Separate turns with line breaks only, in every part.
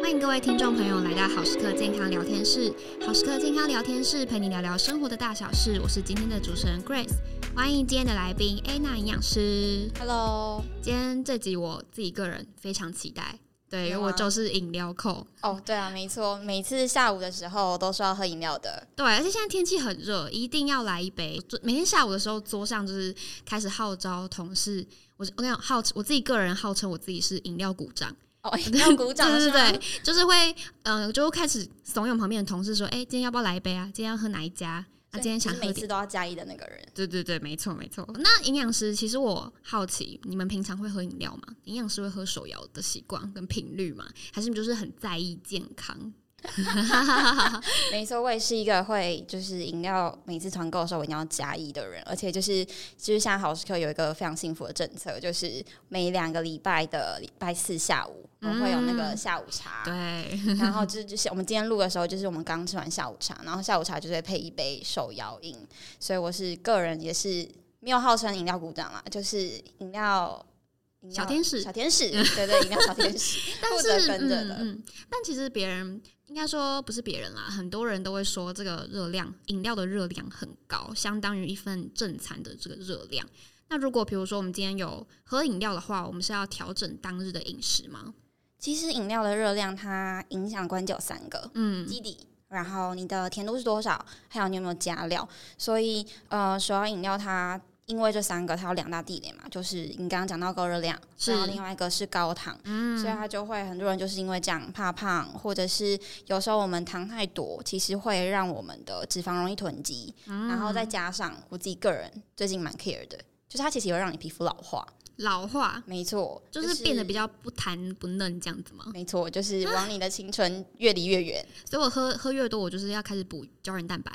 欢迎各位听众朋友来到好时刻健康聊天室。好时刻健康聊天室陪你聊聊生活的大小事，我是今天的主持人 Grace。欢迎今天的来宾 Anna 营养师。
Hello，
今天这集我自己个人非常期待，对，因为
有吗
我就是饮料控。
哦，对啊，没错，每次下午的时候都是要喝饮料的。
对，而且现在天气很热，一定要来一杯。昨每天下午的时候，桌上就是开始号召同事。我我跟你讲，号我自己个人号称我自己是饮料鼓掌，
哦，饮料鼓掌，
对对
是
对
吗，
就是会呃，就开始怂恿旁边的同事说：“哎、今天要不要来一杯啊？今天要喝哪一家？啊，
所以
今天
你
想
是
喝
每
点
次都哦要加一的那个人。
对对对，没错没错。那营养师，其实我好奇，你们平常会喝饮料吗？营养师会喝手摇的习惯跟频率吗？还是你们就是很在意健康？
没错，我也是一个会就是饮料每次团购的时候我一定要加一的人，而且就是就是像好时刻有一个非常幸福的政策，就是每两个礼拜的礼拜四下午。我们会有那
嗯
个下午茶，
对，
然后就是就是我们今天录的时候，就是我们刚吃完下午茶，然后下午茶就是会配一杯手摇饮，所以我是个人也是没有号称饮料鼓掌啦，就是饮料饮料
小天使
小天使，对对，饮料小天使，
但
负
是
责跟着
嗯
的
嗯，但其实别人应该说不是别人啦，很多人都会说这个热量，饮料的热量很高，相当于一份正餐的这个热量。那如果比如说我们今天有喝饮料的话，我们是要调整当日的饮食吗？
其实饮料的热量它影响关键有三个，
嗯，
基底，然后你的甜度是多少，还有你有没有加料。所以呃，手摇饮料它因为这三个它有两大地雷嘛，就是你刚刚讲到高热量，
是嗯
然后另外一个是高糖，所以它就会很多人就是因为这样怕胖，或者是有时候我们糖太多，其实会让我们的脂肪容易囤积，
嗯
然后再加上我自己个人最近蛮 care 的。就是它其实也会让你皮肤老化，
老化
没错，
就是变得比较不弹不嫩这样子吗？
没错，就是往你的青春越离越远。
所以我喝喝越多，我就是要开始补胶原蛋白。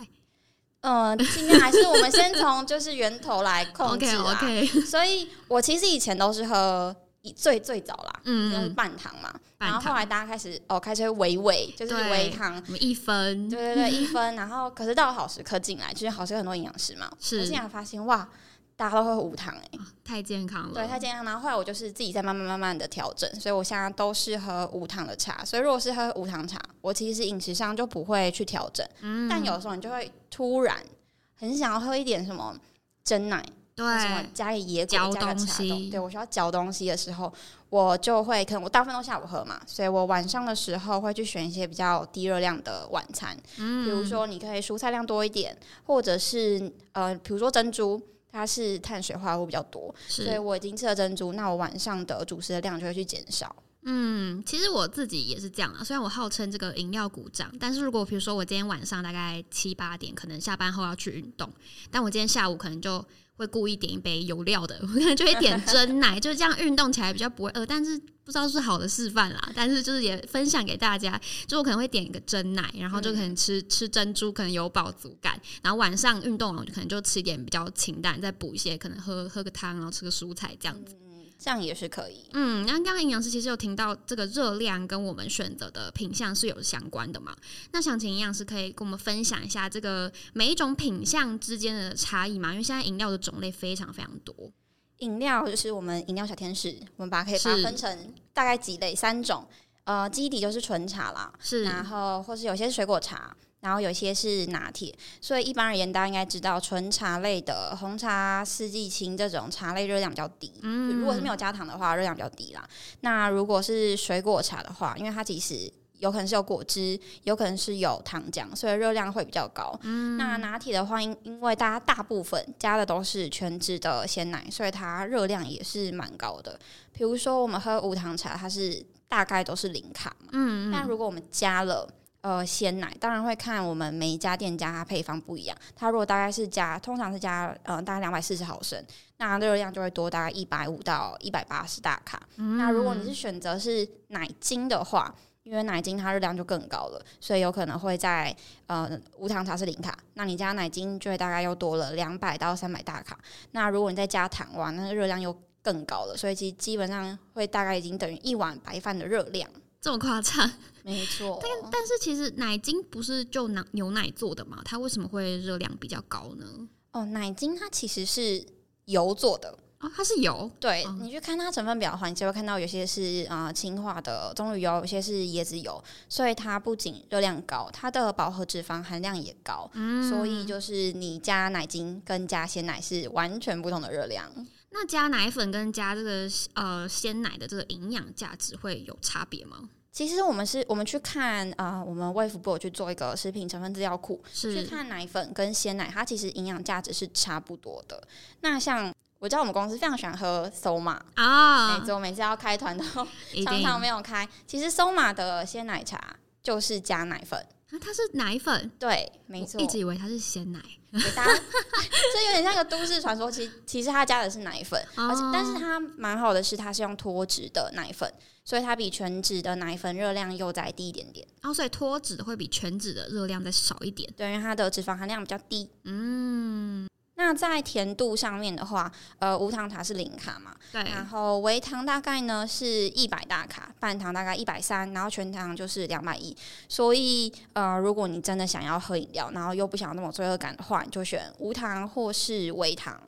呃，尽量还是我们先从就是源头来控制
OK
啊。
OK，
所以我其实以前都是喝一最最早啦，
嗯
就是半糖嘛。
半
然后
糖
后来大家开始哦，开始会微微，就是
对
微糖。
我们一分
对对对，一分。然后可是到了好时刻进来，就是好时刻很多营养师嘛，
是
我竟然发现哇，大家都会无糖哎、
啊太健康了。
对，太健康。然后后来我就是自己在慢慢慢慢的调整，所以我现在都是喝无糖的茶。所以如果是喝无糖茶，我其实饮食上就不会去调整。
嗯
但有时候你就会突然很想要喝一点什么真奶，或什么
对，
加个野果，
嚼
加个
东
茶
西
冻。对我需要嚼东西的时候，我就会可能我大部分都下午喝嘛，所以我晚上的时候会去选一些比较低热量的晚餐，
嗯
比如说你可以蔬菜量多一点，或者是呃，比如说珍珠。它是碳水化合物比较多，所以
是
我已经吃了珍珠，那我晚上的主食的量就会去减少。
嗯，其实我自己也是这样啊。虽然我号称这个饮料鼓掌，但是如果比如说我今天晚上大概七八点，可能下班后要去运动，但我今天下午可能就。会故意点一杯有料的，我 可能就会点真奶，就这样运动起来比较不会饿。但是不知道是不是好的示范啦，但是就是也分享给大家，就我可能会点一个真奶，然后就可能吃、吃珍珠，可能有饱足感。然后晚上运动完，我就可能就吃一点比较清淡，再补一些，可能喝喝个汤，然后吃个蔬菜这样子。
嗯，这样也是可以。
嗯，那刚刚营养师其实有听到这个热量跟我们选择的品相是有相关的嘛？那想请营养师可以跟我们分享一下这个每一种品相之间的差异嘛？因为现在饮料的种类非常非常多。
饮料就是我们饮料小天使，我们把它可以
是
把它分成大概几类，三种。呃，基底就是纯茶啦，
是，
然后或是有些是水果茶，然后有些是拿铁。所以一般而言，大家应该知道纯茶类的红茶、四季青这种茶类热量比较低。嗯，如果是没有加糖的话，热量比较低啦。那如果是水果茶的话，因为它其实。有可能是有果汁，有可能是有糖浆，所以热量会比较高。嗯，那拿铁的话，因因为大家大部分加的都是全脂的鲜奶，所以它热量也是蛮高的。比如说我们喝无糖茶，它是大概都是零卡嘛。
嗯，
但如果我们加了呃鲜奶，当然会看我们每一家店家它配方不一样。它如果大概是加，通常是加呃大概两百四十毫升，那热量就会多大概一百五到一百八十大卡。
嗯
那如果你是选择是奶精的话。因为奶精它热量就更高了，所以有可能会在呃无糖茶是零卡，那你加奶精就会大概又多了两百到三百大卡。那如果你再加糖哇，那热量又更高了，所以其实基本上会大概已经等于一碗白饭的热量。
这么夸张。
没错，
但是其实奶精不是就拿牛奶做的嘛？它为什么会热量比较高呢？
哦，奶精它其实是油做的，
哦，它是油，
对、
哦
你去看它成分表的话，你就会看到有些是啊、呃氢化的棕榈油，有些是椰子油，所以它不仅热量高，它的饱和脂肪含量也高。
嗯
所以就是你加奶精跟加鲜奶是完全不同的热量，
那加奶粉跟加这个呃鲜奶的这个营养价值会有差别吗？
其实我们是，我们去看啊、呃我们卫福部有去做一个食品成分资料库，去
是
看奶粉跟鲜奶，它其实营养价值是差不多的。那像我知道我们公司非常喜欢喝 Soma，
啊
每，次我每次要开团都
一
常
定
常
啊，
没有开。其实 Soma 的鲜奶茶就是加奶粉，
它是奶粉，
对，没
我
错
一，直以为它是鲜奶，
给大家 这有点像个都市传说。其实其实它加的是奶粉，而且
哦
但是它蛮好的是它是用脱脂的奶粉，所以它比全脂的奶粉热量又再低一点点。
然后所以脱脂会比全脂的热量再少一点，
对，因为它的脂肪含量比较低。
嗯，
那在甜度上面的话，呃，无糖茶是零卡嘛，
对，
然后微糖大概呢是一百大卡，半糖大概一百三，然后全糖就是两百一。所以呃，如果你真的想要喝饮料，然后又不想要那么罪恶感的话，你就选无糖或是微糖。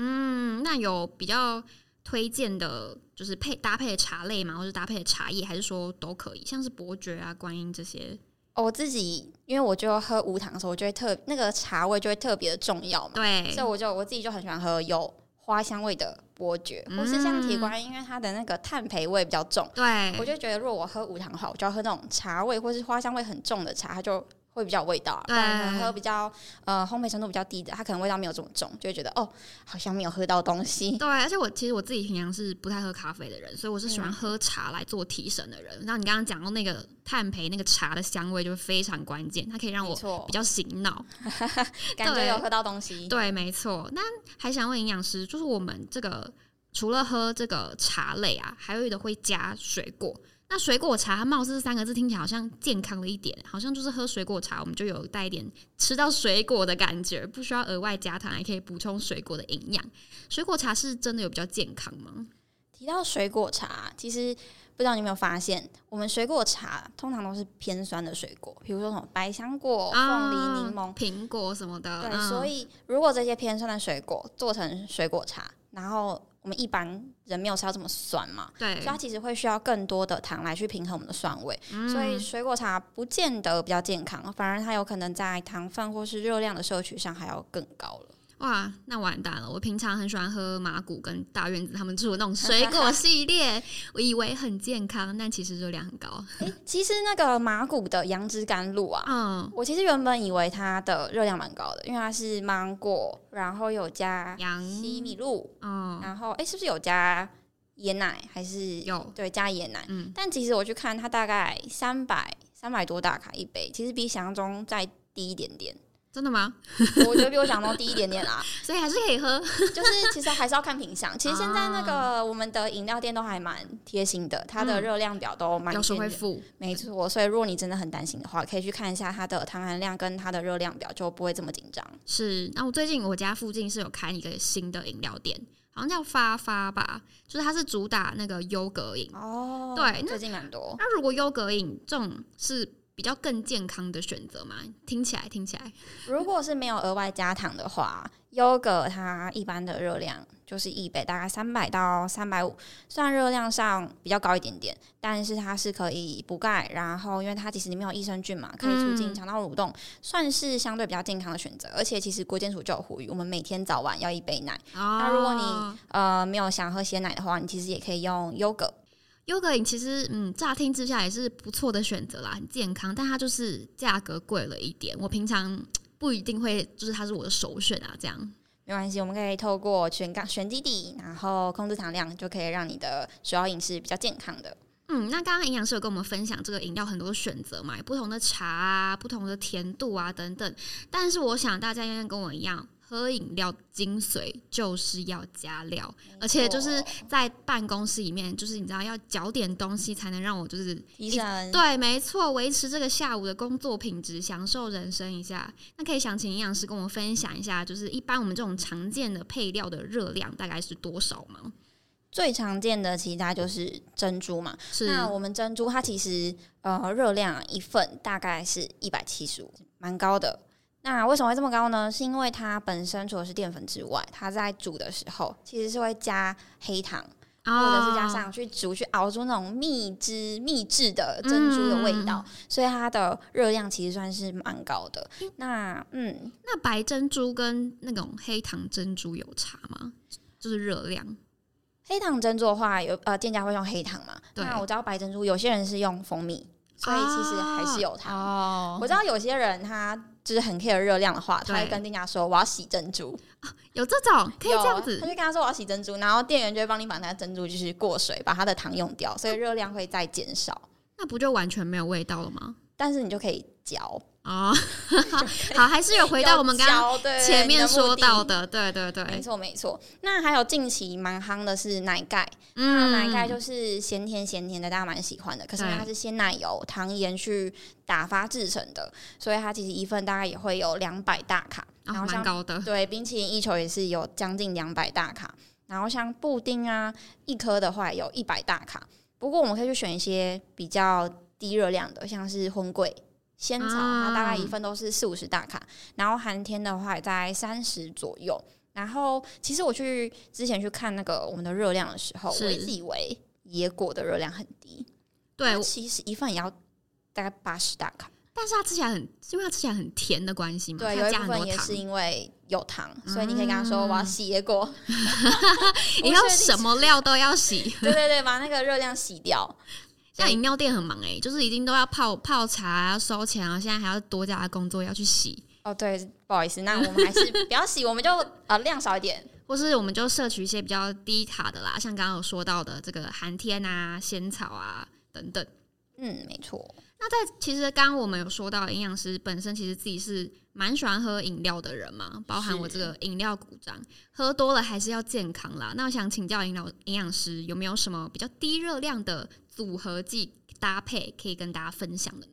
嗯，那有比较推荐的，就是配搭配的茶类嘛，或者搭配的茶叶，还是说都可以，像是伯爵啊、观音这些，
哦我自己因为我就喝无糖的时候，我就会特那个茶味就会特别的重要嘛，
对
哦所以，我就我自己就很喜欢喝有花香味的伯爵，或是像铁观音，因为它的那个碳培味比较重。我
对，
就觉得，如果我喝无糖的话，我就要喝那种茶味或是花香味很重的茶，它就会比较有味道啊。不然可能
对
喝比较呃烘焙程度比较低的，它可能味道没有这么重，就会觉得哦，好像没有喝到东西。
对，而且我其实我自己平常是不太喝咖啡的人，所以我是喜欢
嗯
喝茶来做提神的人。那你刚刚讲到那个炭焙那个茶的香味，就是非常关键，它可以让
没
我
错
比，较醒脑。
感觉
对
有喝到东西。
对，没错。那还想问营养师，就是我们这个除了喝这个茶类啊，还有的会加水果。那水果茶，它貌似这三个字听起来好像健康了一点，好像就是喝水果茶，我们就有带一点吃到水果的感觉，不需要额外加糖，还可以补充水果的营养。水果茶是真的有比较健康吗？
提到水果茶，其实不知道你有没有发现，我们水果茶通常都是偏酸的水果，比如说什么百香果、哦凤梨、
啊
柠檬。
苹果什么的，嗯
对，所
以
以如果这些偏酸的水果做成水果茶，然后我们一般人没有吃到这么酸嘛，所
对
以它其实会需要更多的糖来去平衡我们的酸味，
嗯
所以水果茶不见得比较健康，反而它有可能在糖分或是热量的摄取上还要更高了。
哇，那完蛋了！我平常很喜欢喝麻古跟大院子他们做的 那种水果系列，我以为很健康，但其实热量很高。
其实那个麻古的杨枝甘露啊，
嗯，
我其实原本以为它的热量蛮高的，因为它是芒果，然后有加
杨
西米露，
哦，
然后哎、诶是不是有加椰奶？还是
有
对加椰奶？
嗯，
但其实我去看它大概三百三百多大卡一杯，其实比想象中再低一点点，
真的吗？
我觉得比我想象中低一点点啦。
所以还是可以喝。
就是其实还是要看品相。其实现在那个我们的饮料店都还蛮贴心的，它的
啊嗯
热量表都蛮
有时
健
候会
全
付，
没错，所以如果你真的很担心的话，可以去看一下它的糖含量跟它的热量表，就不会这么紧张。
是，那我最近我家附近是有开一个新的饮料店，好像叫发发吧，就是它是主打那个优格饮。
哦
对那
最近蛮多。
那如果优格饮这种是比较更健康的选择嘛？听起来听起来，
如果是没有额外加糖的话，优格它一般的热量就是一杯大概三百到三百五，虽然热量上比较高一点点，但是它是可以补钙，然后因为它其实里面有益生菌嘛，可以促进
嗯
肠道蠕动，算是相对比较健康的选择。而且其实国健署就有呼吁，我们每天早晚要一杯奶。
那
如果你
哦
呃，没有想喝鲜奶的话，你其实也可以用优格。
优格饮其实，嗯，乍听之下也是不错的选择啦，很健康，但它就是价格贵了一点。我平常不一定会，就是它是我的首选啊，这样。
没关系，我们可以透过选杠、选基底，然后控制糖量，就可以让你的主要饮食比较健康的。
嗯，那刚刚营养师有跟我们分享这个饮料很多选择嘛，有不同的茶啊、不同的甜度啊等等。但是我想大家应该跟我一样，喝饮料精髓就是要加料，而且
哦
就是在办公室里面，就是你知道要嚼点东西才能让我就是
提神。
对，没错，维持这个下午的工作品质，享受人生一下。那可以想请营养师跟我们分享一下，就是一般我们这种常见的配料的热量大概是多少吗？
最常见的其实它就是珍珠嘛。
是
那我们珍珠它其实呃热量一份大概是一百七十五，蛮高的。那为什么会这么高呢？是因为它本身除了是淀粉之外，它在煮的时候其实是会加黑糖，
哦
或者是加上去煮去熬出那种蜜汁、蜜制的珍珠的味道，所以它的热量其实算是蛮高的。那嗯，
那白珍珠跟那种黑糖珍珠有差吗？就是热量
黑糖珍珠的话，有呃店家会用黑糖嘛？
对
那我知道白珍珠有些人是用蜂蜜，所以其实还是有糖。
哦
我知道有些人他就是很 care 热量的话，他会
对
跟店家说我要洗珍珠，
有这种可以
有啊
这样
他就
子
跟他说我要洗珍珠，然后店员就会帮你把那个珍珠就是过水，把它的糖用掉，所以热量会再减少，
那不就完全没有味道了吗？
但是你就可以嚼。
哦， 好，还是有回到我们刚刚
要嚼对
前面说到。
你的目
的，对对
的没
对，
错没错，那还有近期蛮夯的是奶盖，那
嗯
奶盖就是咸甜咸甜的，大家蛮喜欢的。可是
对
它是鲜奶油、糖盐去打发制成的，所以它其实一份大概也会有两百大卡。
哦
然后像
蛮高的，
对，冰淇淋一球也是有将近两百大卡，然后像布丁啊，一颗的话有一百大卡。不过我们可以去选一些比较低热量的，像是荤桂、仙草，它大概一
啊
份都是四五十大卡，然后寒天的话也在三十左右。然后其实我去之前去看那个我们的热量的时候，我一
是
直以为野果的热量很低，
对
它，其实一份也要大概八十大卡。
但是它吃起来很，是因为它吃起来很甜的关系嘛，
对，有
嗯它
一
加
部
很
分
多
也
糖，嗯
是因为有糖，所以你可以跟他说我要洗野果，
以后什么料都要 洗。
对对对，把那个热量洗掉。
像饮料店很忙哎、就是已经都要泡泡茶啊、收钱啊，现在还要多加的工作要去洗，
哦，对，不好意思，那我们还 是不要洗，我们就呃量少一点。
或是我们就摄取一些比较低卡的啦，像刚刚有说到的这个寒天啊、仙草啊等等。
嗯，没错，
那在其实刚刚我们有说到，营养师本身其实自己是蛮喜欢喝饮料的人嘛，包含我这个饮料鼓掌，喝多了还是要健康啦。那我想请教营养营养师有没有什么比较低热量的组合剂搭配可以跟大家分享的呢？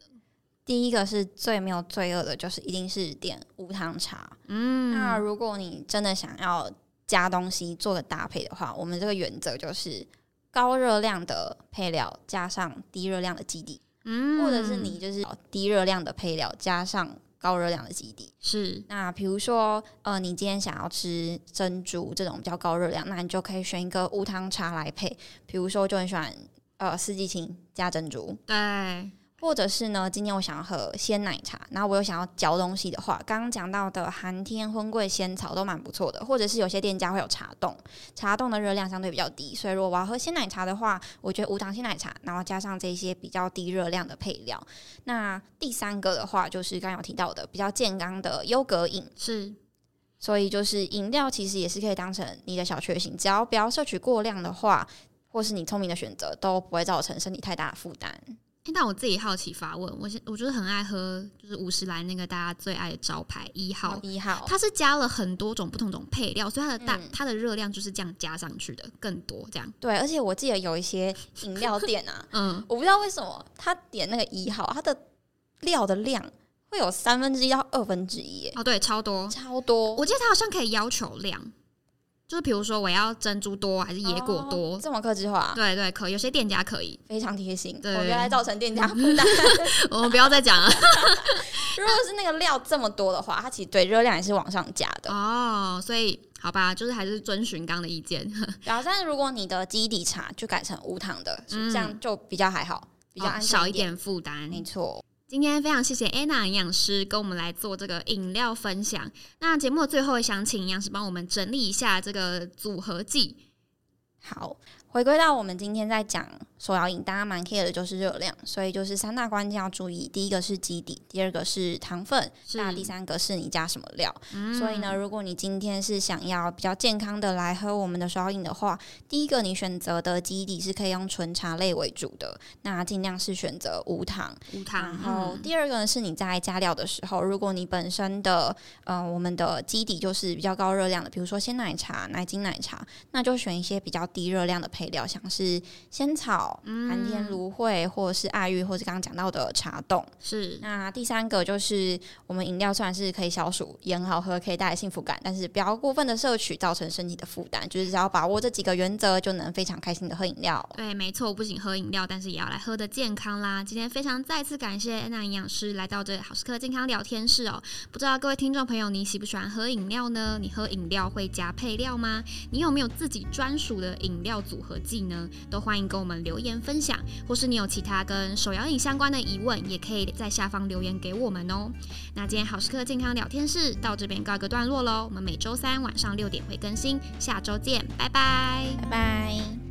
第一个是最没有罪恶的，就是一定是点无糖茶。那
嗯，
如果你真的想要加东西做个搭配的话，我们这个原则就是高热量的配料加上低热量的基底，
嗯
或者是你就是低热量的配料加上高热量的基底。
是
那比如说，呃，你今天想要吃珍珠这种比较高热量，那你就可以选一个无糖茶来配，比如说我就很喜欢呃四季青加珍珠，
对，
或者是呢，今天我想要喝鲜奶茶，然后我又想要嚼东西的话，刚刚讲到的寒天、荤桂、仙草都蛮不错的，或者是有些店家会有茶冻，茶冻的热量相对比较低，所以如果我要喝鲜奶茶的话，我觉得无糖鲜奶茶，然后加上这些比较低热量的配料。那第三个的话，就是刚刚有提到的比较健康的优格饮。
是
所以就是饮料其实也是可以当成你的小确幸，只要不要摄取过量的话，或是你聪明的选择，都不会造成身体太大的负担。
欸那我自己好奇发问，我现我就是很爱喝，就是五十岚那个大家最爱的招牌一号，
一号，
它是加了很多种不同种配料，所以它的大、
嗯
它的热量就是这样加上去的，更多这样。，
对，而且我记得有一些饮料店啊
嗯，
我不知道为什么他点那个一号，它的料的量会有三分之一到二分之一耶，
哦对，超多。
超多。
我记得它好像可以要求量，就是比如说我要珍珠多还是野果多，
哦这么克制化，
对对，可以有些店家可以，
非常贴心。我
对
觉得还造成店家负担。
我们不要再讲了。
如果是那个料这么多的话，它其实对热量也是往上加的。
哦，所以好吧，就是还是遵循刚的意见。
然后，但是如果你的基底茶就改成无糖的，
嗯
这样就比较还好，比较
哦
安全
少一
点。
点负担，
没错，
今天非常谢谢 Anna 营养师跟我们来做这个饮料分享。那节目的最后，也想请营养师帮我们整理一下这个组合剂。
好，回归到我们今天在讲手摇饮，大家蛮 care 的就是热量，所以就是三大关键要注意：第一个是基底，第二个是糖分，
是
那第三个是你加什么料。
嗯
所以呢，如果你今天是想要比较健康的来喝我们的手摇饮的话，第一个你选择的基底是可以用纯茶类为主的，那尽量是选择无糖。
无糖，
然后
嗯
第二个呢，是你在加料的时候，如果你本身的呃我们的基底就是比较高热量的，比如说鲜奶茶、奶精奶茶，那就选一些比较低热量的配配料，像是仙草、
嗯
寒天芦荟，或者是爱玉，或是刚刚讲到的茶冻。
是
那第三个就是我们饮料虽然是可以消暑，也很好喝，可以带来幸福感，但是不要过分的摄取，造成身体的负担。就是只要把握这几个原则，就能非常开心的喝饮料。
对，没错，不仅喝饮料，但是也要来喝的健康啦。今天非常再次感谢安娜营养师来到这好时刻健康聊天室哦。不知道各位听众朋友，你喜不喜欢喝饮料呢？你喝饮料会加配料吗？你有没有自己专属的饮料组合剂呢？都欢迎跟我们留言分享，或是你有其他跟手摇饮相关的疑问，也可以在下方留言给我们哦。那今天好时刻健康聊天室到这边告一个段落喽。我们每周三晚上六点会更新，下周见，拜拜。
拜拜。